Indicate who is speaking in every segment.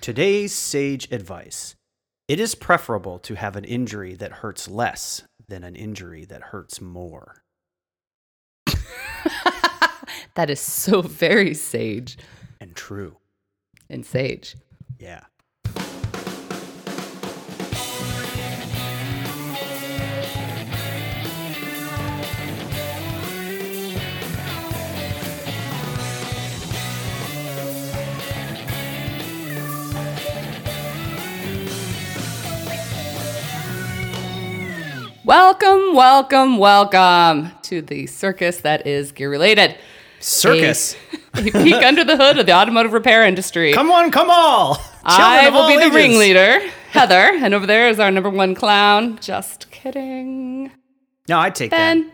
Speaker 1: Today's sage advice It is preferable to have an injury that hurts less than an injury that hurts more.
Speaker 2: that is so very sage
Speaker 1: And true.
Speaker 2: and sage.
Speaker 1: Yeah.
Speaker 2: Welcome, welcome, welcome to the circus that is gear related.
Speaker 1: Circus.
Speaker 2: A peek under the hood of the automotive repair industry.
Speaker 1: Come on, come all. Children
Speaker 2: I
Speaker 1: of
Speaker 2: will
Speaker 1: all
Speaker 2: be the
Speaker 1: ages.
Speaker 2: ringleader, Heather, and over there is our number one clown. Just kidding.
Speaker 1: No, I take that.
Speaker 2: Ben,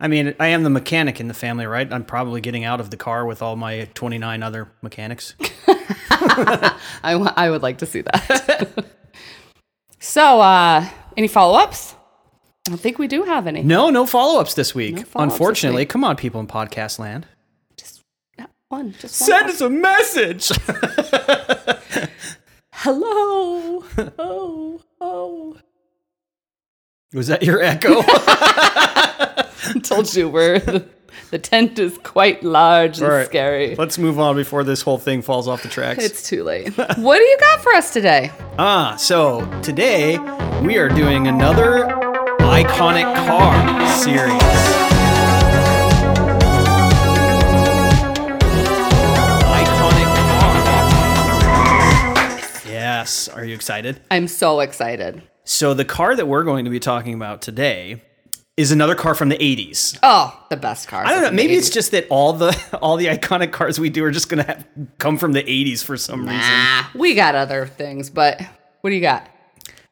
Speaker 1: I mean, I am the mechanic in the family, right? I'm probably getting out of the car with all my 29 other mechanics.
Speaker 2: I wa- I would like to see that. so, uh, any follow ups? I don't think we do have any.
Speaker 1: No, no follow ups this week.
Speaker 2: follow-ups this
Speaker 1: Unfortunately,
Speaker 2: week.
Speaker 1: come on, people in podcast land.
Speaker 2: Not uh, one. Just one.
Speaker 1: Send us a message.
Speaker 2: Hello. Oh, oh.
Speaker 1: Was that your echo?
Speaker 2: Told you we're the, the tent is quite large and
Speaker 1: All right,
Speaker 2: scary.
Speaker 1: Let's move on before this whole thing falls off the tracks.
Speaker 2: It's too late. what do you got for us today?
Speaker 1: Ah, so today we are doing another iconic car series. Iconic car. Yes, are you excited?
Speaker 2: I'm so excited.
Speaker 1: So the car that we're going to be talking about today is another car from the 80s.
Speaker 2: Oh, the best cars.
Speaker 1: I don't know. Maybe it's just that all the all the iconic cars we do are just gonna have, come from the '80s for some reason.
Speaker 2: Ah, we got other things, but what do you got?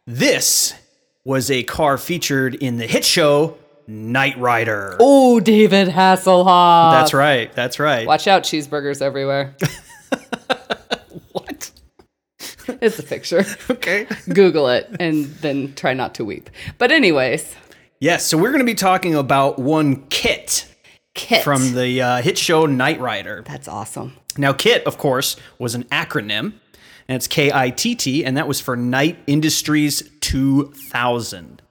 Speaker 1: This was a car featured in the hit show Knight Rider.
Speaker 2: Oh, David Hasselhoff.
Speaker 1: that's right. That's right.
Speaker 2: Watch out, cheeseburgers everywhere.
Speaker 1: What?
Speaker 2: It's a picture.
Speaker 1: Okay.
Speaker 2: Google it and then try not to weep. But anyways,
Speaker 1: Yes. So we're gonna be talking about one Kit
Speaker 2: Kit.
Speaker 1: from the uh, hit show Knight Rider.
Speaker 2: That's awesome.
Speaker 1: Now, KIT, of course, was an acronym, and it's K I T T, and that was for Knight Industries 2000.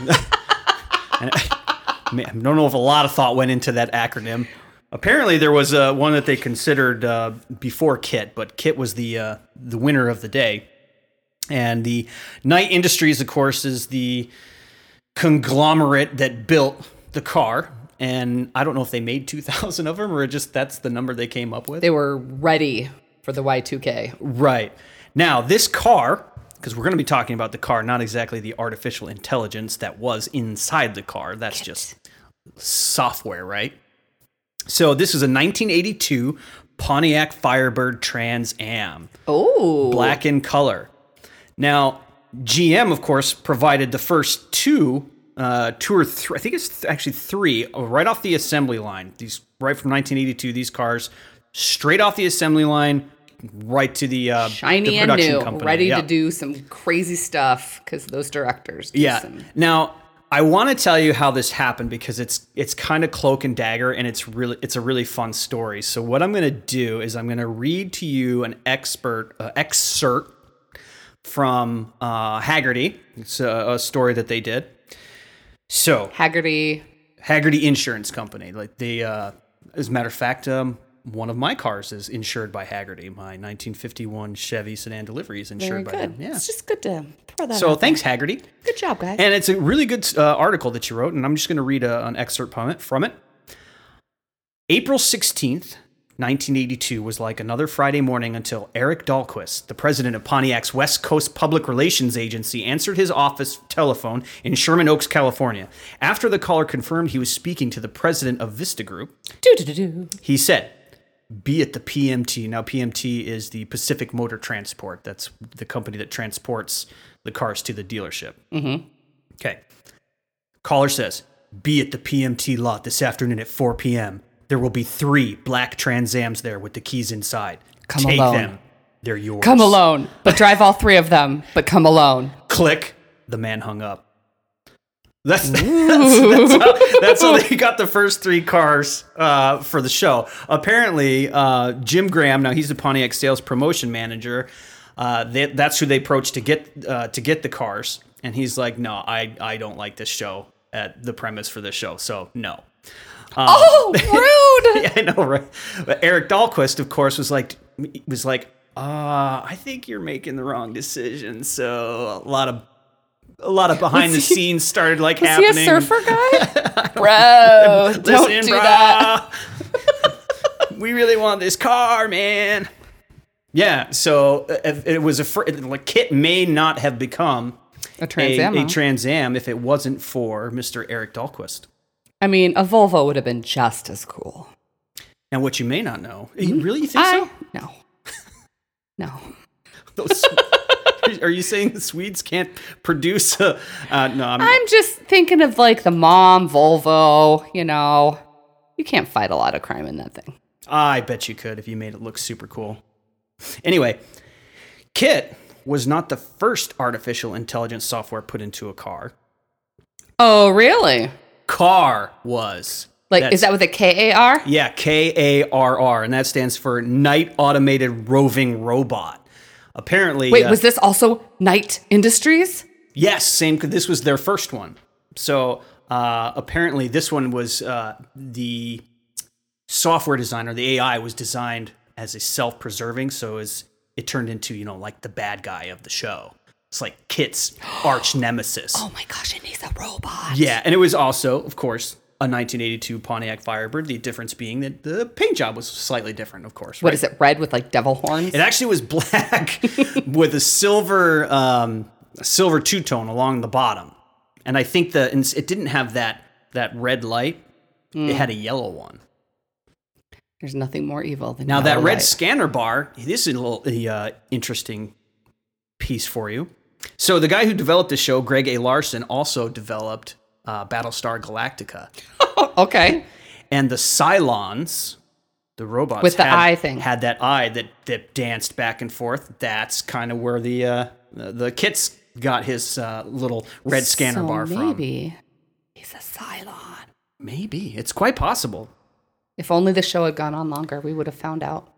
Speaker 1: And I, I mean, I don't know if a lot of thought went into that acronym. Apparently, there was uh, one that they considered uh, before KIT, but KIT was the uh, the winner of the day. And the Knight Industries, of course, is the conglomerate that built the car. And I don't know if they made 2,000 of them or just that's the number they came up with.
Speaker 2: They were ready for the Y2K.
Speaker 1: Right. Now, this car, because we're going to be talking about the car, not exactly the artificial intelligence that was inside the car. That's just software, right? So, this is a 1982 Pontiac Firebird Trans Am,
Speaker 2: Oh.
Speaker 1: black in color. Now, GM, of course, provided the first two, uh, two or three, I think it's th- actually three, uh, right off the assembly line. These right from 1982. These cars, straight off the assembly line, right to the uh,
Speaker 2: Shiny
Speaker 1: the
Speaker 2: and
Speaker 1: production
Speaker 2: new,
Speaker 1: company.
Speaker 2: ready
Speaker 1: Yeah.
Speaker 2: to do some crazy stuff because those directors. Do
Speaker 1: Yeah.
Speaker 2: Some,
Speaker 1: Now I want to tell you how this happened because it's it's kind of cloak and dagger, and it's really it's a really fun story. So what I'm going to do is I'm going to read to you an expert uh, excerpt from uh, Haggerty. It's a, a story that they did. So
Speaker 2: Haggerty.
Speaker 1: Haggerty Insurance Company, like they, uh, as a matter of fact, um, one of my cars is insured by Haggerty. My 1951 Chevy sedan delivery is
Speaker 2: Very
Speaker 1: insured by
Speaker 2: good.
Speaker 1: them. Yeah.
Speaker 2: It's just good to throw that
Speaker 1: So
Speaker 2: out.
Speaker 1: thanks, Haggerty.
Speaker 2: Good job, guys.
Speaker 1: And it's a really good uh, article that you wrote, and I'm just going to read a, an excerpt from it. From it, April 16th, 1982 was like another Friday morning until Eric Dahlquist, the president of Pontiac's West Coast Public Relations Agency, answered his office telephone in Sherman Oaks, California. After the caller confirmed he was speaking to the president of Vista Group,
Speaker 2: do, do, do, do.
Speaker 1: he said, be at the PMT. Now, PMT is the Pacific Motor Transport. That's the company that transports the cars to the dealership. Mm-hmm. Okay. Caller says, be at the PMT lot this afternoon at 4 p.m. There will be three black Transams there with the keys inside.
Speaker 2: Come
Speaker 1: Take
Speaker 2: alone.
Speaker 1: them. They're yours.
Speaker 2: Come alone, but drive all three of them, but come alone.
Speaker 1: Click. The man hung up. That's that's, that's, how, that's how they got the first three cars uh, for the show. Apparently, uh, Jim Graham. Now he's the Pontiac sales promotion manager. Uh, they, that's who they approached to get uh, to get the cars, and he's like, "No, I I don't like this show at the premise for this show, so no." Um,
Speaker 2: oh, rude.
Speaker 1: yeah, I know, right? But Eric Dahlquist, of course, was like was like, uh, I think you're making the wrong decision. So a lot of a lot of behind the scenes started like
Speaker 2: Is
Speaker 1: happening.
Speaker 2: he a surfer guy? Bro, don't
Speaker 1: Listen, brah,
Speaker 2: do that.
Speaker 1: we really want this car, man. Yeah, so uh, if it was a fr- like Kit may not have become
Speaker 2: A
Speaker 1: a,
Speaker 2: Trans Am.
Speaker 1: a
Speaker 2: huh?
Speaker 1: Trans Am if it wasn't for Mr. Eric Dahlquist.
Speaker 2: I mean, a Volvo would have been just as cool.
Speaker 1: And what you may not know, you really you think
Speaker 2: Mm-hmm. I
Speaker 1: so?
Speaker 2: no, no.
Speaker 1: Those- are you saying the Swedes can't produce a? Uh, no, I'm,
Speaker 2: I'm just thinking of like the mom Volvo. You know, you can't fight a lot of crime in that thing.
Speaker 1: I bet you could if you made it look super cool. Anyway, Kit was not the first artificial intelligence software put into a car.
Speaker 2: Oh, really?
Speaker 1: Car was.
Speaker 2: Like,
Speaker 1: That's-
Speaker 2: is that with a K A R?
Speaker 1: Yeah, K A R R, and that stands for Night Automated Roving Robot. Apparently,
Speaker 2: Wait,
Speaker 1: uh,
Speaker 2: was this also Knight Industries?
Speaker 1: Yes, same. This was their first one. So uh, apparently, this one was uh, the software designer. The AI was designed as a self-preserving, so as it turned into you know like the bad guy of the show. It's like Kit's arch nemesis.
Speaker 2: Oh my gosh, and he's a robot.
Speaker 1: Yeah, and it was also, of course, a 1982 Pontiac Firebird. The difference being that the paint job was slightly different, of course.
Speaker 2: What is it? Red with like devil horns?
Speaker 1: It actually was black with a silver um, a silver two tone along the bottom, and I think the and it didn't have that that red light. It had a yellow one.
Speaker 2: There's nothing more evil than
Speaker 1: Now that
Speaker 2: yellow
Speaker 1: red
Speaker 2: light.
Speaker 1: scanner bar. This is a little a, uh, interesting piece for you. So the guy who developed the show, Greg A. Larson, also developed uh, Battlestar Galactica,
Speaker 2: okay.
Speaker 1: and the Cylons. The robots
Speaker 2: With the
Speaker 1: had-
Speaker 2: eye thing.
Speaker 1: had that eye that that danced back and forth. That's kind of where the uh, the, the kits got his uh, little red scanner
Speaker 2: So
Speaker 1: bar from.
Speaker 2: maybe he's a Cylon.
Speaker 1: Maybe it's quite possible.
Speaker 2: If only the show had gone on longer, we would have found out.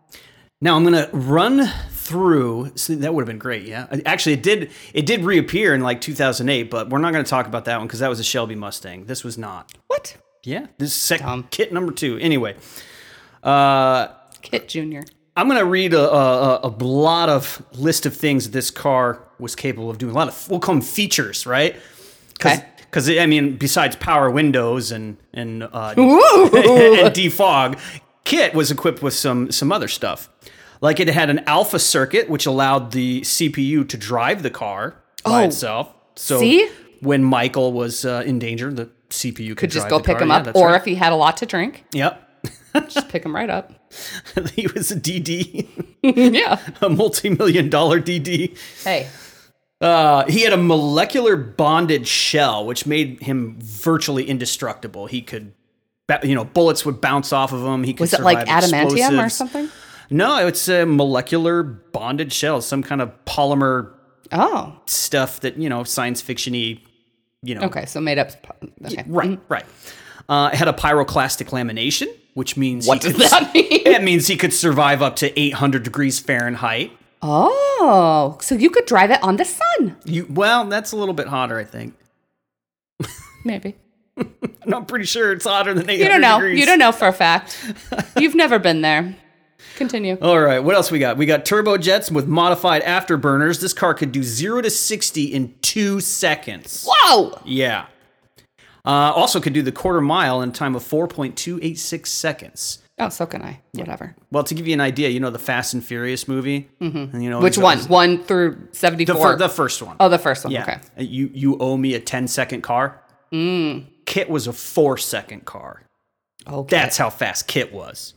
Speaker 1: Now I'm gonna run through. See, that would have been great. Yeah, Uh, actually, it did. It did reappear in like 2008, but we're not gonna talk about that one because that was a Shelby Mustang. This was not.
Speaker 2: What?
Speaker 1: Yeah, this is sec-
Speaker 2: Dumb.
Speaker 1: kit number two. Anyway, uh,
Speaker 2: Kit Jr.
Speaker 1: I'm gonna read a, a, a a lot of list of things that this car was capable of doing. A lot of we'll call them features, right? Because
Speaker 2: Okay.
Speaker 1: I mean, besides power windows and and uh,
Speaker 2: Ooh.
Speaker 1: and defog, Kit was equipped with some some other stuff. Like it had an alpha circuit which allowed the CPU to drive the car by
Speaker 2: Oh.
Speaker 1: itself. So
Speaker 2: See?
Speaker 1: when Michael was uh, in danger, the CPU could,
Speaker 2: Could just
Speaker 1: drive
Speaker 2: go
Speaker 1: the
Speaker 2: pick
Speaker 1: car.
Speaker 2: him
Speaker 1: Yeah,
Speaker 2: up.
Speaker 1: that's
Speaker 2: Or
Speaker 1: right.
Speaker 2: if he had a lot to drink,
Speaker 1: yep.
Speaker 2: just pick him right up.
Speaker 1: he was a DD,
Speaker 2: yeah.
Speaker 1: a multi-million dollar DD.
Speaker 2: Hey.
Speaker 1: Uh, he had a molecular bonded shell, which made him virtually indestructible. He could, ba- you know, bullets would bounce off of him. He could
Speaker 2: Was it like
Speaker 1: survive
Speaker 2: adamantium or
Speaker 1: explosives.
Speaker 2: something?
Speaker 1: No, it's a molecular bonded shell, some kind of polymer
Speaker 2: Oh.
Speaker 1: stuff that you know, science fictiony. You know,
Speaker 2: Okay. So made up. Okay. Mm-hmm.
Speaker 1: right, right. Uh, it had a pyroclastic lamination, which means
Speaker 2: What
Speaker 1: he
Speaker 2: does
Speaker 1: could-
Speaker 2: that mean?
Speaker 1: That means he could survive up to 800 degrees Fahrenheit.
Speaker 2: Mm-hmm. Oh. So you could drive it on the sun.
Speaker 1: You well, that's a little bit hotter, I think.
Speaker 2: Maybe.
Speaker 1: No, I'm pretty sure it's hotter than 800
Speaker 2: You don't know.
Speaker 1: degrees.
Speaker 2: You don't know for a fact. You've never been there. Oh. Continue.
Speaker 1: All right, what else we got? We got turbojets with modified afterburners. This car could do 0 to 60 in 2 seconds.
Speaker 2: Whoa.
Speaker 1: Yeah. Uh, also could do the quarter mile in a time of 4.286 seconds.
Speaker 2: Oh, so can I. Whatever.
Speaker 1: Well, to give you an idea, you know the Fast and Furious movie? Mm-hmm. And, you know,
Speaker 2: Which
Speaker 1: it's-
Speaker 2: one? One through
Speaker 1: The,
Speaker 2: 74.
Speaker 1: fir- the first one.
Speaker 2: oh, the first one.
Speaker 1: yeah. Uh,
Speaker 2: Okay.
Speaker 1: You, you owe me a 10 second car.
Speaker 2: Mm.
Speaker 1: Kit was a 4 second car.
Speaker 2: Okay.
Speaker 1: That's how fast Kit was.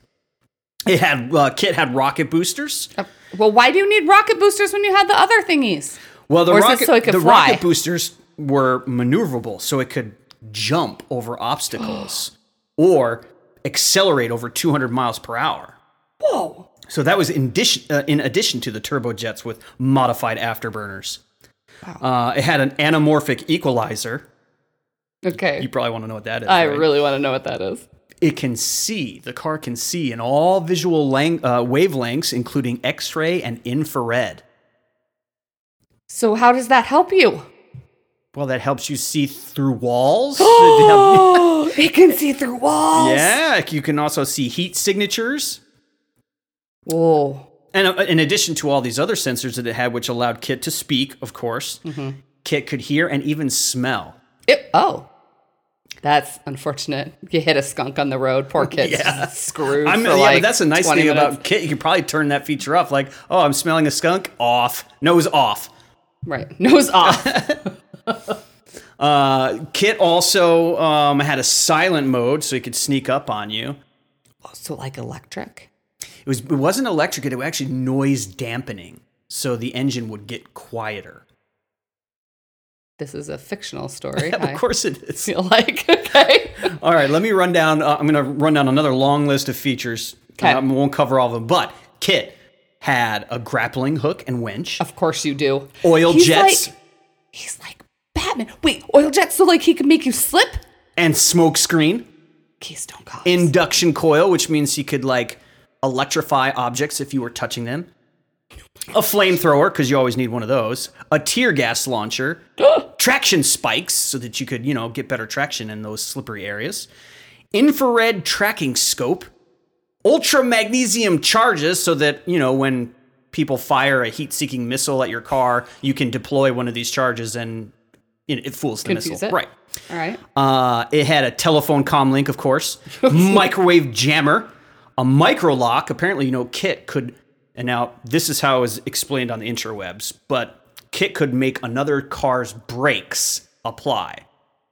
Speaker 1: It had uh, Kit had rocket boosters.
Speaker 2: Uh, Well, why do you need rocket boosters when you had the other thingies?
Speaker 1: Well, the
Speaker 2: Or is this
Speaker 1: rocket
Speaker 2: so it could
Speaker 1: the
Speaker 2: fly?
Speaker 1: rocket boosters were maneuverable, so it could jump over obstacles or accelerate over 200 miles per hour.
Speaker 2: Whoa.
Speaker 1: So that was in addition, uh, in addition to the turbojets with modified afterburners. Uh, it had an anamorphic equalizer,
Speaker 2: Okay.
Speaker 1: You probably want to know what that is.
Speaker 2: I
Speaker 1: right?
Speaker 2: really want to know what that is.
Speaker 1: It can see. The car can see in all visual lang- uh, wavelengths, including X-ray and infrared.
Speaker 2: So how does that help you?
Speaker 1: Well, that helps you see through walls. It help-
Speaker 2: Oh, it can see through walls.
Speaker 1: yeah, you can also see heat signatures.
Speaker 2: Whoa.
Speaker 1: And uh, in addition to all these other sensors that it had, which allowed Kit to speak, of course,
Speaker 2: Mm-hmm.
Speaker 1: Kit could hear and even smell.
Speaker 2: It, oh. That's unfortunate. You hit a skunk on the road, poor kid.
Speaker 1: Yeah.
Speaker 2: Screwed.
Speaker 1: I'm,
Speaker 2: for
Speaker 1: yeah,
Speaker 2: like
Speaker 1: but that's a nice
Speaker 2: 20
Speaker 1: thing
Speaker 2: minutes.
Speaker 1: about Kit. You could probably turn that feature off. Like, oh, I'm smelling a skunk. Off. Nose off.
Speaker 2: Right. Nose off.
Speaker 1: Uh, Kit also um, had a silent mode, so he could sneak up on you.
Speaker 2: so, like electric.
Speaker 1: It was it wasn't electric; it was actually noise dampening, so the engine would get quieter.
Speaker 2: This is a fictional story.
Speaker 1: Of course, it is.
Speaker 2: I feel like, okay.
Speaker 1: All right, let me run down. Uh, I'm going to run down another long list of features.
Speaker 2: Okay.
Speaker 1: I won't cover all of them, but Kit had a grappling hook and winch,
Speaker 2: Of course you do.
Speaker 1: oil
Speaker 2: He's
Speaker 1: jets,
Speaker 2: like- he's like Batman. Wait, oil jets so like he can make you slip?
Speaker 1: and smoke screen,
Speaker 2: Keystone Cops.
Speaker 1: induction coil, which means he could like electrify objects if you were touching them. A flamethrower, because you always need one of those. A tear gas launcher. traction spikes, so that you could, you know, get better traction in those slippery areas. Infrared tracking scope. Ultra magnesium charges, so that, you know, when people fire a heat seeking missile at your car, you can deploy one of these charges and you know, it fools the
Speaker 2: Confuse
Speaker 1: missile.
Speaker 2: it.
Speaker 1: Right.
Speaker 2: All right.
Speaker 1: Uh, it had a telephone comm link, of course, microwave jammer, a micro lock. Apparently, you know, Kit could, and now this is how it was explained on the interwebs, but Kit could make another car's brakes apply.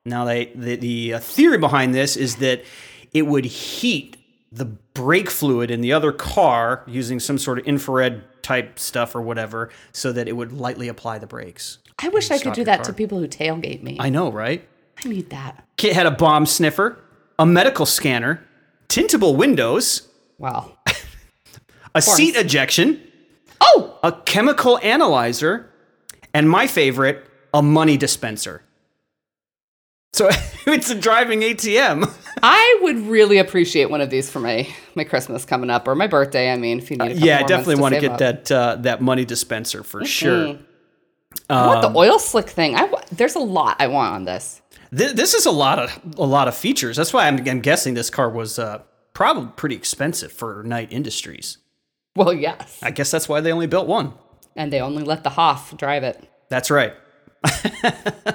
Speaker 1: Now, they, the, the uh, theory behind this is that it would heat the brake fluid in the other car using some sort of infrared type stuff or whatever so that it would lightly apply the brakes.
Speaker 2: I wish I could
Speaker 1: stop
Speaker 2: do
Speaker 1: your
Speaker 2: that
Speaker 1: car.
Speaker 2: to people who tailgate me.
Speaker 1: I know, right?
Speaker 2: I need that.
Speaker 1: Kit had a bomb sniffer, a medical scanner, tintable windows,
Speaker 2: Wow.
Speaker 1: a seat ejection,
Speaker 2: Oh,
Speaker 1: a chemical analyzer, and my favorite, a money dispenser. So it's a driving ATM.
Speaker 2: I would really appreciate one of these for my my Christmas coming up or my birthday. I mean, if you need, a couple
Speaker 1: yeah, I
Speaker 2: more
Speaker 1: definitely
Speaker 2: months
Speaker 1: want to
Speaker 2: save
Speaker 1: get
Speaker 2: up. Mm-hmm.
Speaker 1: that uh, that money dispenser for sure.
Speaker 2: I want
Speaker 1: Um,
Speaker 2: the oil slick thing. I wa- there's a lot I want on this.
Speaker 1: Th- this is a lot of a lot of features. That's why I'm, I'm guessing this car was uh, probably pretty expensive for Knight Industries.
Speaker 2: Well, yes,
Speaker 1: I guess that's why they only built one.
Speaker 2: and they only let the Hoff drive it.
Speaker 1: That's right.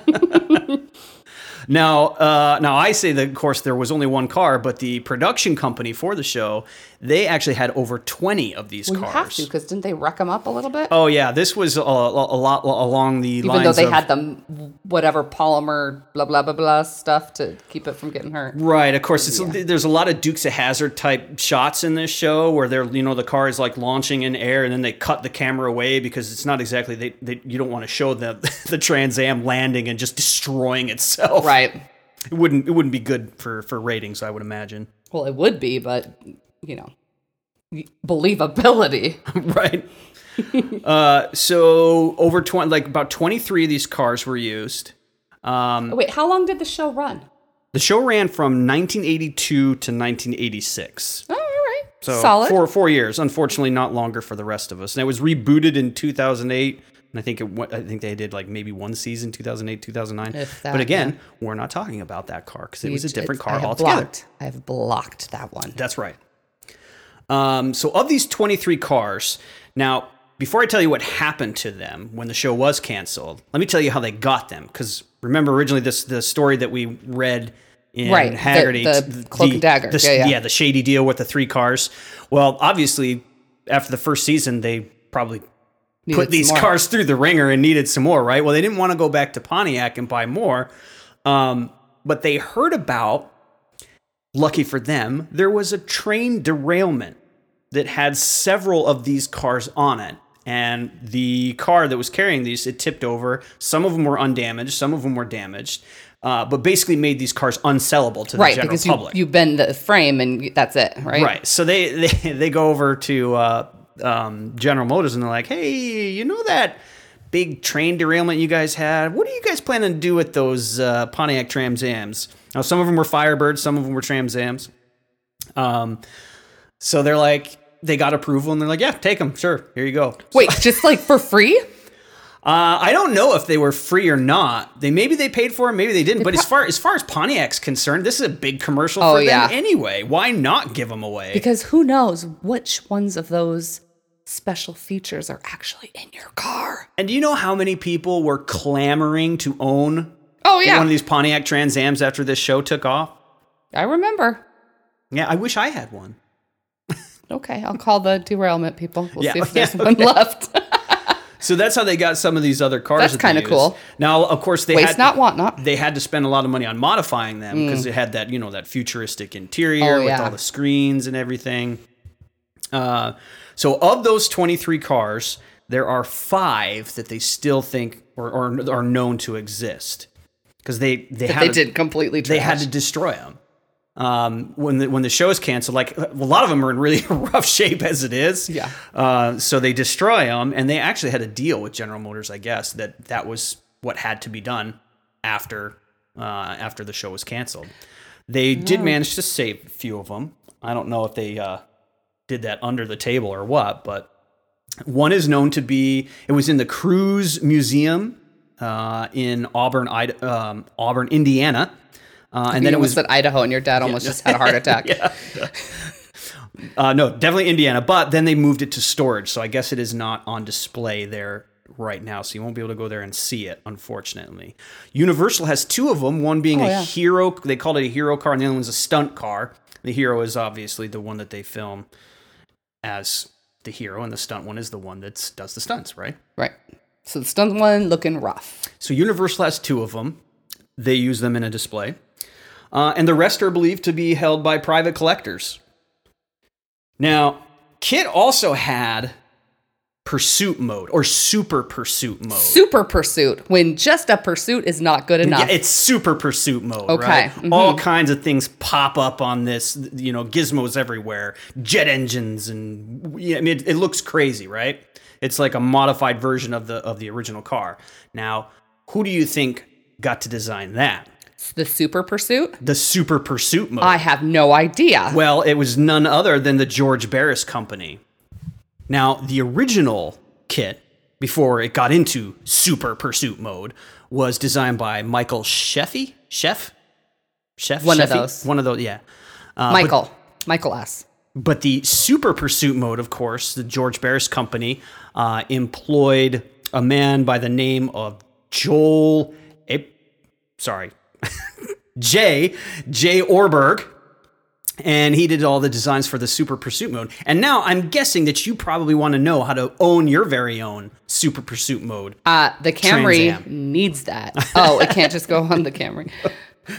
Speaker 1: now, uh, now I say that, of course, there was only one car, but the production company for the show, they actually had over twenty of these
Speaker 2: Well, you
Speaker 1: cars.
Speaker 2: have to because didn't they wreck them up a little bit?
Speaker 1: Oh yeah, this was a, a a lot along the
Speaker 2: Even
Speaker 1: lines
Speaker 2: though they
Speaker 1: of
Speaker 2: had them whatever polymer blah blah blah blah stuff to keep it from getting hurt.
Speaker 1: Right, of course. It's, There's a lot of Dukes of Hazard type shots in this show where they're, you know, the car is like launching in air, and then they cut the camera away because it's not exactly they. they you don't want to show the the Trans Am landing and just destroying itself.
Speaker 2: Right.
Speaker 1: It wouldn't. It wouldn't be good for for ratings, I would imagine.
Speaker 2: Well, it would be, but you know, y- believability.
Speaker 1: Mm-hmm. right. uh, so over twenty, like about twenty three of these cars were used.
Speaker 2: Oh, Wait, how long did the show run?
Speaker 1: The show ran from 1982 to 1986.
Speaker 2: Oh, all right.
Speaker 1: So
Speaker 2: Solid.
Speaker 1: four four years. Unfortunately, not longer for the rest of us. And it was rebooted in 2008. And I think it, wa- I think they did like maybe one season, 2008, 2009.
Speaker 2: If that,
Speaker 1: But again, we're not talking about that car because it was a
Speaker 2: It's-
Speaker 1: different
Speaker 2: I
Speaker 1: car
Speaker 2: have
Speaker 1: altogether.
Speaker 2: blocked- I have blocked that one.
Speaker 1: That's right. Um, so of these 23 cars, now before I tell you what happened to them when the show was canceled, let me tell you how they got them. Because remember originally this the story that we read in
Speaker 2: Right, the-
Speaker 1: Haggerty,
Speaker 2: the Cloak and Dagger.
Speaker 1: the-
Speaker 2: Yeah, yeah.
Speaker 1: the shady deal with the three cars. Well, obviously after the first season, they probably
Speaker 2: Needed
Speaker 1: put these
Speaker 2: some more.
Speaker 1: cars through the ringer and needed some more, right? Well, they didn't want to go back to Pontiac and buy more. Um, but they heard about, lucky for them, there was a train derailment that had several of these cars on it. And the car that was carrying these, it tipped over. Some of them were undamaged, some of them were damaged, uh, but basically made these cars unsellable to the
Speaker 2: right?
Speaker 1: general
Speaker 2: Because you,
Speaker 1: public.
Speaker 2: you bend the frame and y- that's it, right?
Speaker 1: Right. So they they, they go over to uh, um, General Motors and they're like, "Hey, you know that big train derailment you guys had. What do you guys plan to do with those uh, Pontiac Trams Ams? Now, some of them were Firebirds, some of them were Trams Ams. Um, so they're like, they got approval and they're like, yeah, take them. Sure. Here you go.
Speaker 2: Wait, just like for free?
Speaker 1: Uh, I don't know if they were free or not. They maybe they paid for them, maybe they didn't. But as far as far as Pontiac's concerned, this is a big commercial
Speaker 2: Oh,
Speaker 1: for
Speaker 2: yeah.
Speaker 1: them anyway. Why not give them away?
Speaker 2: Because who knows which ones of those special features are actually in your car?
Speaker 1: and do you know how many people were clamoring to own
Speaker 2: Oh yeah,
Speaker 1: one of these Pontiac Trans Ams after this show took off?
Speaker 2: I remember.
Speaker 1: Yeah, I wish I had one.
Speaker 2: Okay, I'll call the derailment people. We'll
Speaker 1: Yeah,
Speaker 2: see if
Speaker 1: yeah,
Speaker 2: there's one left.
Speaker 1: So that's how they got some of these other cars.
Speaker 2: That's
Speaker 1: that they
Speaker 2: kinda
Speaker 1: use.
Speaker 2: cool.
Speaker 1: Now, of course, they
Speaker 2: Waste
Speaker 1: had
Speaker 2: not, want not. Mm.
Speaker 1: They had to spend a lot of money on modifying them because it had that you know that futuristic interior
Speaker 2: Oh,
Speaker 1: with
Speaker 2: yeah.
Speaker 1: all the screens and everything. Uh, so of those twenty three cars, there are five that they still think or, or are known to exist because they they had
Speaker 2: they
Speaker 1: to-
Speaker 2: did completely. Trash.
Speaker 1: they had to destroy them. Um, when the when the show is canceled, like a lot of them are in really rough shape as it is.
Speaker 2: Yeah.
Speaker 1: Uh, so they destroy them, and they actually had a deal with General Motors, I guess, that that was what had to be done after uh, after the show was canceled. They did manage to save a few of them. I don't know if they uh, did that under the table or what, but one is known to be it was in the Cruise Museum uh, in Auburn, Ida, um, Auburn, Indiana, uh, and then it was
Speaker 2: at Idaho, and your dad almost just had a heart attack.
Speaker 1: uh, no, definitely Indiana. But then they moved it to storage, so I guess it is not on display there right now. So you won't be able to go there and see it, unfortunately. Universal has two of them. One being a
Speaker 2: yeah.
Speaker 1: hero, they called it a hero car, and the other one's a stunt car. The hero is obviously the one that they film as the hero, and the stunt one is the one that does the stunts, right?
Speaker 2: Right. So the stunned one looking rough.
Speaker 1: So Universal has two of them. They use them in a display, uh, and the rest are believed to be held by private collectors. Now, Kit also had pursuit mode or super pursuit mode.
Speaker 2: Super pursuit when just a pursuit is not good enough.
Speaker 1: Yeah, it's super pursuit mode,
Speaker 2: Okay,
Speaker 1: right?
Speaker 2: mhm.
Speaker 1: All kinds of things pop up on this, you know, gizmos everywhere, jet engines, and yeah, I mean, it, it looks crazy, right? It's like a modified version of the of the original car. Now, who do you think got to design that?
Speaker 2: It's the super pursuit.
Speaker 1: The super pursuit mode.
Speaker 2: I have no idea.
Speaker 1: well, uh, it was none other than the George Barris Company. Now, the original kit before it got into super pursuit mode was designed by Michael Sheffy, Chef, Chef,
Speaker 2: One of
Speaker 1: Sheffy?
Speaker 2: those.
Speaker 1: one of those, yeah. Uh,
Speaker 2: Michael. Michael S.
Speaker 1: But the super pursuit mode, of course, the George Barris Company uh, employed a man by the name of Joel, A- sorry, J. J. Orberg. And he did all the designs for the super pursuit mode. And now I'm guessing that you probably want to know how to own your very own super pursuit mode.
Speaker 2: Uh, the Camry
Speaker 1: Trans
Speaker 2: needs that. Oh, it can't just go on the Camry.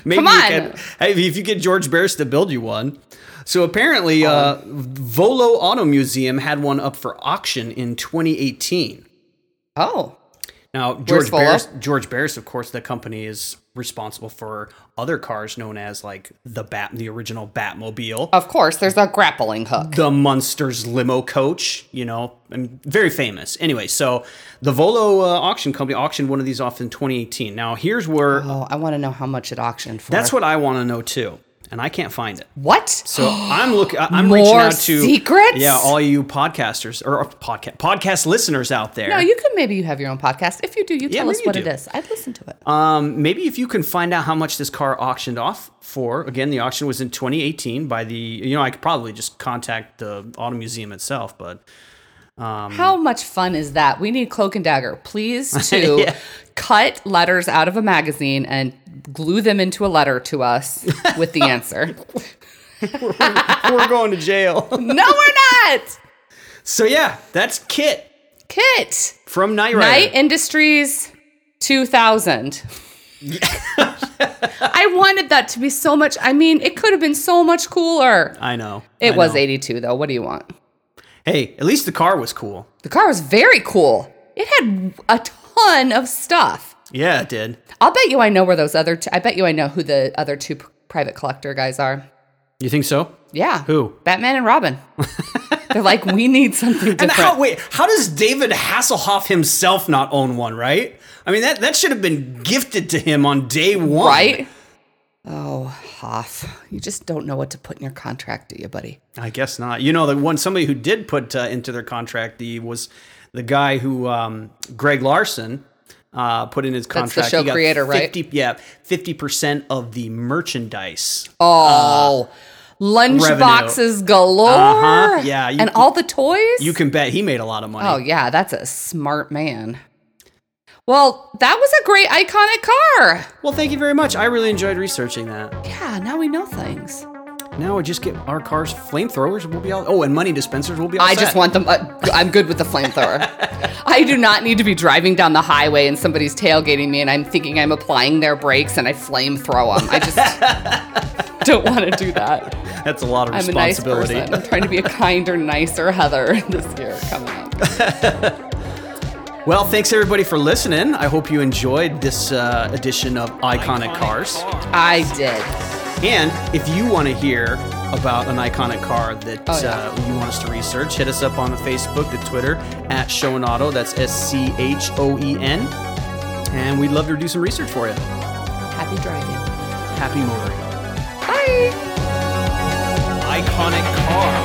Speaker 1: Maybe
Speaker 2: Come
Speaker 1: you
Speaker 2: on.
Speaker 1: can- hey, if you get George Barris to build you one. So apparently,
Speaker 2: Um,
Speaker 1: uh, Volo Auto Museum had one up for auction in 2018.
Speaker 2: Oh,
Speaker 1: Now, George
Speaker 2: Volo?
Speaker 1: Barris, George Barris, of course, the company is responsible for other cars known as like the Bat, the original Batmobile,
Speaker 2: of course, there's a grappling hook.
Speaker 1: the Munsters limo coach. You know, I mean, very famous. Anyway, so the Volo uh, auction company auctioned one of these off in 2018. Now, here's where
Speaker 2: Oh, I want to know how much it auctioned for.
Speaker 1: that's what I want to know too, and I can't find it.
Speaker 2: what?
Speaker 1: So I'm looking. I'm
Speaker 2: More
Speaker 1: reaching out to
Speaker 2: secrets?
Speaker 1: Yeah, all you podcasters or podcast podcast listeners out there.
Speaker 2: no, you could maybe you have your own podcast. If you do, you
Speaker 1: Yeah,
Speaker 2: tell us
Speaker 1: maybe you
Speaker 2: what
Speaker 1: do.
Speaker 2: it is. I'd listen to it.
Speaker 1: Um, maybe if you can find out how much this car auctioned off for. Again, the auction was in 2018 by the. You know, I could probably just contact the auto museum itself, but
Speaker 2: How much fun is that? We need Cloak and Dagger, please, to cut letters out of a magazine and glue them into a letter to us with the answer.
Speaker 1: we're going to jail.
Speaker 2: no, we're not.
Speaker 1: so yeah, that's Kit
Speaker 2: Kit.
Speaker 1: from Night Rider.
Speaker 2: Night Industries 2000. I wanted that to be so much. I mean, it could have been so much cooler.
Speaker 1: I know
Speaker 2: It
Speaker 1: I
Speaker 2: was
Speaker 1: know.
Speaker 2: 82, though. What do you want?
Speaker 1: Hey, at least the car was cool.
Speaker 2: The car was very cool. It had a ton of stuff.
Speaker 1: Yeah, it did.
Speaker 2: I'll bet you I know where those other two. I bet you I know who the other two p- private collector guys are.
Speaker 1: You think so?
Speaker 2: Yeah.
Speaker 1: Who?
Speaker 2: Batman and Robin. They're like, we need something different.
Speaker 1: And how, wait, how does David Hasselhoff himself not own one, right? I mean, that, that should have been gifted to him on day one.
Speaker 2: right? Oh, Hoff, you just don't know what to put in your contract, do you, buddy?
Speaker 1: I guess not. You know, the one somebody who did put uh, into their contract the was the guy who um, Greg Larson uh, put in his
Speaker 2: the
Speaker 1: contract.
Speaker 2: show creator, right?
Speaker 1: 50, Yeah, fifty percent of the merchandise.
Speaker 2: Oh, lunch
Speaker 1: revenue.
Speaker 2: boxes galore.
Speaker 1: Uh-huh, yeah, you
Speaker 2: and
Speaker 1: can-
Speaker 2: all the toys.
Speaker 1: You can bet he made a lot of money.
Speaker 2: oh yeah, that's a smart man. Well, that was a great iconic car.
Speaker 1: Well, thank you very much. I really enjoyed researching that.
Speaker 2: Yeah, now we know things.
Speaker 1: Now we just get our cars flamethrowers. We'll be all. Oh, and money dispensers. We'll be. All
Speaker 2: I just
Speaker 1: set.
Speaker 2: want them. Uh, I'm good with the flamethrower. I do not need to be driving down the highway and somebody's tailgating me and I'm thinking I'm applying their brakes and I flame throw them. I just don't want to do that.
Speaker 1: That's a lot of
Speaker 2: I'm a nice
Speaker 1: responsibility.
Speaker 2: person. I'm trying to be a kinder, nicer Heather this year coming up.
Speaker 1: well, thanks everybody for listening. I hope you enjoyed this uh, edition of Iconic Cars.
Speaker 2: I did.
Speaker 1: And if you want to hear about an iconic car that
Speaker 2: Oh, yeah.
Speaker 1: uh, you want us to research, hit us up on the Facebook, the Twitter, at Show and Auto. That's S C H O E N. And we'd love to do some research for you.
Speaker 2: Happy driving.
Speaker 1: Happy motoring.
Speaker 2: Bye.
Speaker 1: Iconic car.